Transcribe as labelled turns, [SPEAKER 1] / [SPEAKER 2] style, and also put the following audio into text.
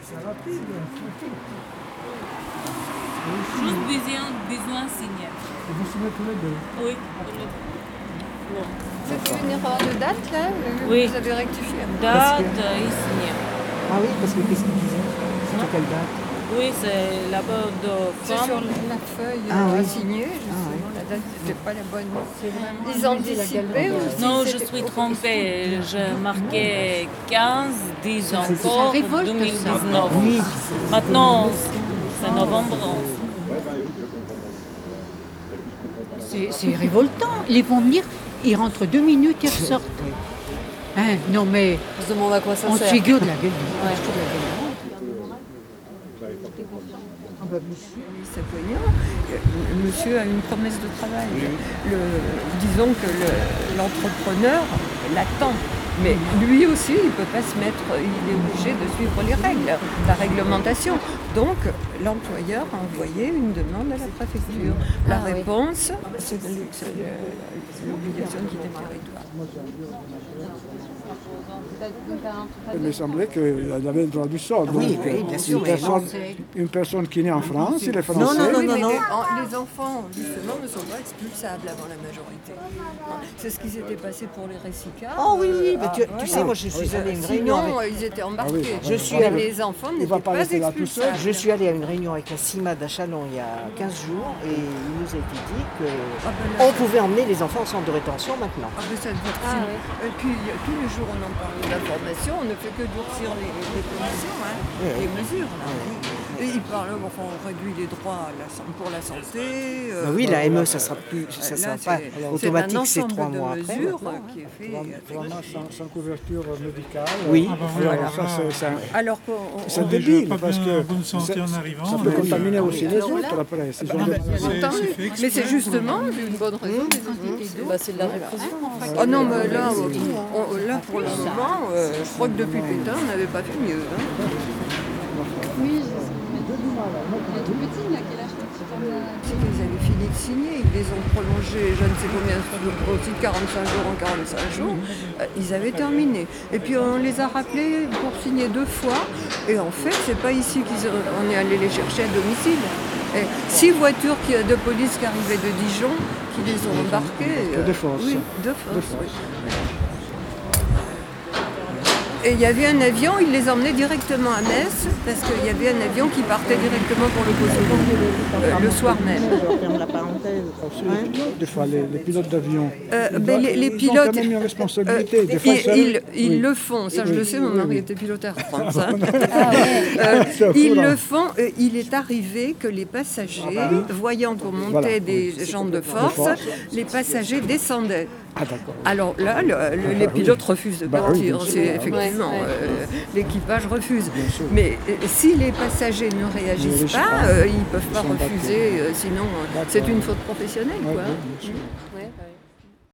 [SPEAKER 1] C'est rapide. Et
[SPEAKER 2] Juste
[SPEAKER 1] ici,
[SPEAKER 2] besoin, besoin signer.
[SPEAKER 1] vous signez tous les deux.
[SPEAKER 2] Oui.
[SPEAKER 3] C'était une erreur de date, là euh,
[SPEAKER 2] Oui.
[SPEAKER 3] Vous avez rectifié.
[SPEAKER 2] Date
[SPEAKER 4] Parce que-
[SPEAKER 2] euh, et signer.
[SPEAKER 4] Ah oui, parce que qu'est-ce qu'il disait C'était quelle date
[SPEAKER 2] Oui, c'est la bas de
[SPEAKER 3] C'est sur
[SPEAKER 2] femme.
[SPEAKER 3] la feuille
[SPEAKER 4] Ah
[SPEAKER 3] euh,
[SPEAKER 4] oui.
[SPEAKER 3] signée, justement, la date n'était pas la bonne. Ils ont dissipé ou
[SPEAKER 2] Non,
[SPEAKER 3] si
[SPEAKER 2] je
[SPEAKER 3] c'était-
[SPEAKER 2] suis trompée. Je marquais 15, 10 encore,
[SPEAKER 3] révolte, ça.
[SPEAKER 2] 2019.
[SPEAKER 4] Oui,
[SPEAKER 2] Maintenant, c'est novembre.
[SPEAKER 5] C'est c'est révoltant. Ils vont venir, ils rentrent deux minutes, ils ressortent. Hein, non mais
[SPEAKER 3] On se demande à quoi ça
[SPEAKER 5] on se
[SPEAKER 3] sert.
[SPEAKER 5] figure de la gueule du
[SPEAKER 4] ah bah, monsieur.
[SPEAKER 3] Ça peut dire. Le- Monsieur a une promesse de travail. Le, disons que le- l'entrepreneur l'attend. Mais lui aussi, il ne peut pas se mettre, il est obligé de suivre les règles, la réglementation. Donc, l'employeur a envoyé une demande à la préfecture. La réponse, c'est le- c'est le- l'obligation de quitter le territoire.
[SPEAKER 1] Il me semblait qu'il avait le droit du sol.
[SPEAKER 4] Ah Oui,
[SPEAKER 1] Donc,
[SPEAKER 4] oui, bien sûr,
[SPEAKER 1] Une
[SPEAKER 4] mais
[SPEAKER 1] personne,
[SPEAKER 5] Français.
[SPEAKER 1] une personne qui est née en France, il est français.
[SPEAKER 4] Non, non, non,
[SPEAKER 3] Oui,
[SPEAKER 4] non,
[SPEAKER 3] mais
[SPEAKER 4] non.
[SPEAKER 3] Les, en- les enfants, justement, ne sont pas expulsables avant la majorité. C'est ce qui s'était passé pour les récicards.
[SPEAKER 4] Oh oui,
[SPEAKER 3] euh,
[SPEAKER 4] oui, bah,
[SPEAKER 3] ah,
[SPEAKER 4] tu, tu
[SPEAKER 3] voilà.
[SPEAKER 4] sais, moi je suis allée à une réunion.
[SPEAKER 3] Sinon,
[SPEAKER 4] avec-
[SPEAKER 3] euh, ils étaient embarqués.
[SPEAKER 1] Ah oui,
[SPEAKER 4] je suis
[SPEAKER 3] Mais
[SPEAKER 4] allé-
[SPEAKER 3] les enfants
[SPEAKER 1] va
[SPEAKER 3] n'étaient
[SPEAKER 1] pas
[SPEAKER 3] pas,
[SPEAKER 1] laisser là tout
[SPEAKER 3] expulsables.
[SPEAKER 4] Je suis allée à une réunion avec la CIMA d'Achalon il y a 15 jours et il nous a été dit
[SPEAKER 3] ben là-
[SPEAKER 4] qu'on pouvait emmener les enfants en centre de rétention maintenant.
[SPEAKER 3] Ah, mais ça durcit. Et puis, euh, tous les jours, on en parle de la formation. On ne fait que durcir les, les conditions, hein,
[SPEAKER 4] Oui, oui.
[SPEAKER 3] les mesures. là. Et ils parlent, enfin, on réduit les droits à la san- pour la santé. euh,
[SPEAKER 4] Bah oui, la ME, ça sera plus, ça
[SPEAKER 3] Là,
[SPEAKER 4] sera
[SPEAKER 3] c'est-
[SPEAKER 4] pas
[SPEAKER 3] c'est un
[SPEAKER 4] automatique, c'est
[SPEAKER 3] ensemble
[SPEAKER 4] trois
[SPEAKER 3] de
[SPEAKER 4] mois après.
[SPEAKER 3] mesures,
[SPEAKER 4] maintenant.
[SPEAKER 3] euh, qui est fait
[SPEAKER 1] Vraiment Ah, sans, sans couverture médicale. Ah,
[SPEAKER 4] Oui.
[SPEAKER 1] Alors, ça, c'est- c'est un-
[SPEAKER 3] Alors qu'on
[SPEAKER 1] c'est
[SPEAKER 6] On n'est
[SPEAKER 1] débile
[SPEAKER 6] pas
[SPEAKER 1] parce
[SPEAKER 6] bien
[SPEAKER 1] que
[SPEAKER 6] en bonne santé
[SPEAKER 1] ça-
[SPEAKER 6] en arrivant,
[SPEAKER 1] ça peut
[SPEAKER 6] mais-
[SPEAKER 1] contaminer
[SPEAKER 6] Ah
[SPEAKER 1] aussi
[SPEAKER 6] oui.
[SPEAKER 1] les autres après. s'ils ont des-
[SPEAKER 6] C'est-
[SPEAKER 3] Entendu.
[SPEAKER 6] c'est fait
[SPEAKER 3] Mais
[SPEAKER 6] exprès. Mmh.
[SPEAKER 3] c'est justement une bonne raison.
[SPEAKER 5] c'est de la répression.
[SPEAKER 3] Oh non, mais là, on- on- là pour le moment, euh, je crois que depuis Pétain, on n'avait pas fait mieux. hein. Si Ils avaient fini de signer, ils les ont prolongés, je ne sais combien, sur- aussi de 45 jours en 45 jours. Euh, Ils avaient terminé. Et puis on les a rappelés pour signer deux fois. Et en fait, c'est pas ici qu'ils ont- on est allé les chercher à domicile. Et six voitures qui- de police qui arrivaient de Dijon, qui les ont embarqués. euh,
[SPEAKER 1] De force.
[SPEAKER 3] Oui, de force. oui. Et il y avait un avion, il les emmenait directement à Metz, parce qu'il y avait un avion qui partait directement pour le Kosovo euh, le soir même.
[SPEAKER 1] Des fois, les, les pilotes d'avion.
[SPEAKER 3] Euh,
[SPEAKER 1] ils
[SPEAKER 3] ben,
[SPEAKER 1] doivent-
[SPEAKER 3] les, les
[SPEAKER 1] ils ont
[SPEAKER 3] pilotes.
[SPEAKER 1] quand même une responsabilité.
[SPEAKER 3] euh,
[SPEAKER 1] Des fois,
[SPEAKER 3] ils
[SPEAKER 1] ça-
[SPEAKER 3] ils- ils
[SPEAKER 1] oui.
[SPEAKER 3] le font, ça je
[SPEAKER 1] Oui.
[SPEAKER 3] le sais, mon
[SPEAKER 1] Oui, Ah
[SPEAKER 3] mari
[SPEAKER 1] oui.
[SPEAKER 3] était pilote Air France. hein. Euh,
[SPEAKER 1] Ah, C'est un fou,
[SPEAKER 3] ils
[SPEAKER 1] là.
[SPEAKER 3] le font, euh, il est arrivé que les passagers, voyant qu'on montait
[SPEAKER 1] Ah, bah Voilà.
[SPEAKER 3] des jambes de force,
[SPEAKER 1] force.
[SPEAKER 3] les passagers descendaient.
[SPEAKER 1] Ah, d'accord. Ah,
[SPEAKER 3] Alors là, le- le- les pilotes refusent de
[SPEAKER 1] Bah oui, bien
[SPEAKER 3] partir,
[SPEAKER 1] sûr.
[SPEAKER 3] c'est effectivement, euh, l'équipage refuse. Mais euh, si les passagers ne réagissent
[SPEAKER 1] réagissent
[SPEAKER 3] pas,
[SPEAKER 1] pas.
[SPEAKER 3] euh, ils ne peuvent pas
[SPEAKER 1] sont battus.
[SPEAKER 3] refuser, euh, sinon euh, c'est une faute professionnelle.
[SPEAKER 1] Ouais,
[SPEAKER 3] quoi.
[SPEAKER 1] oui, bien sûr.
[SPEAKER 3] Ouais, ouais.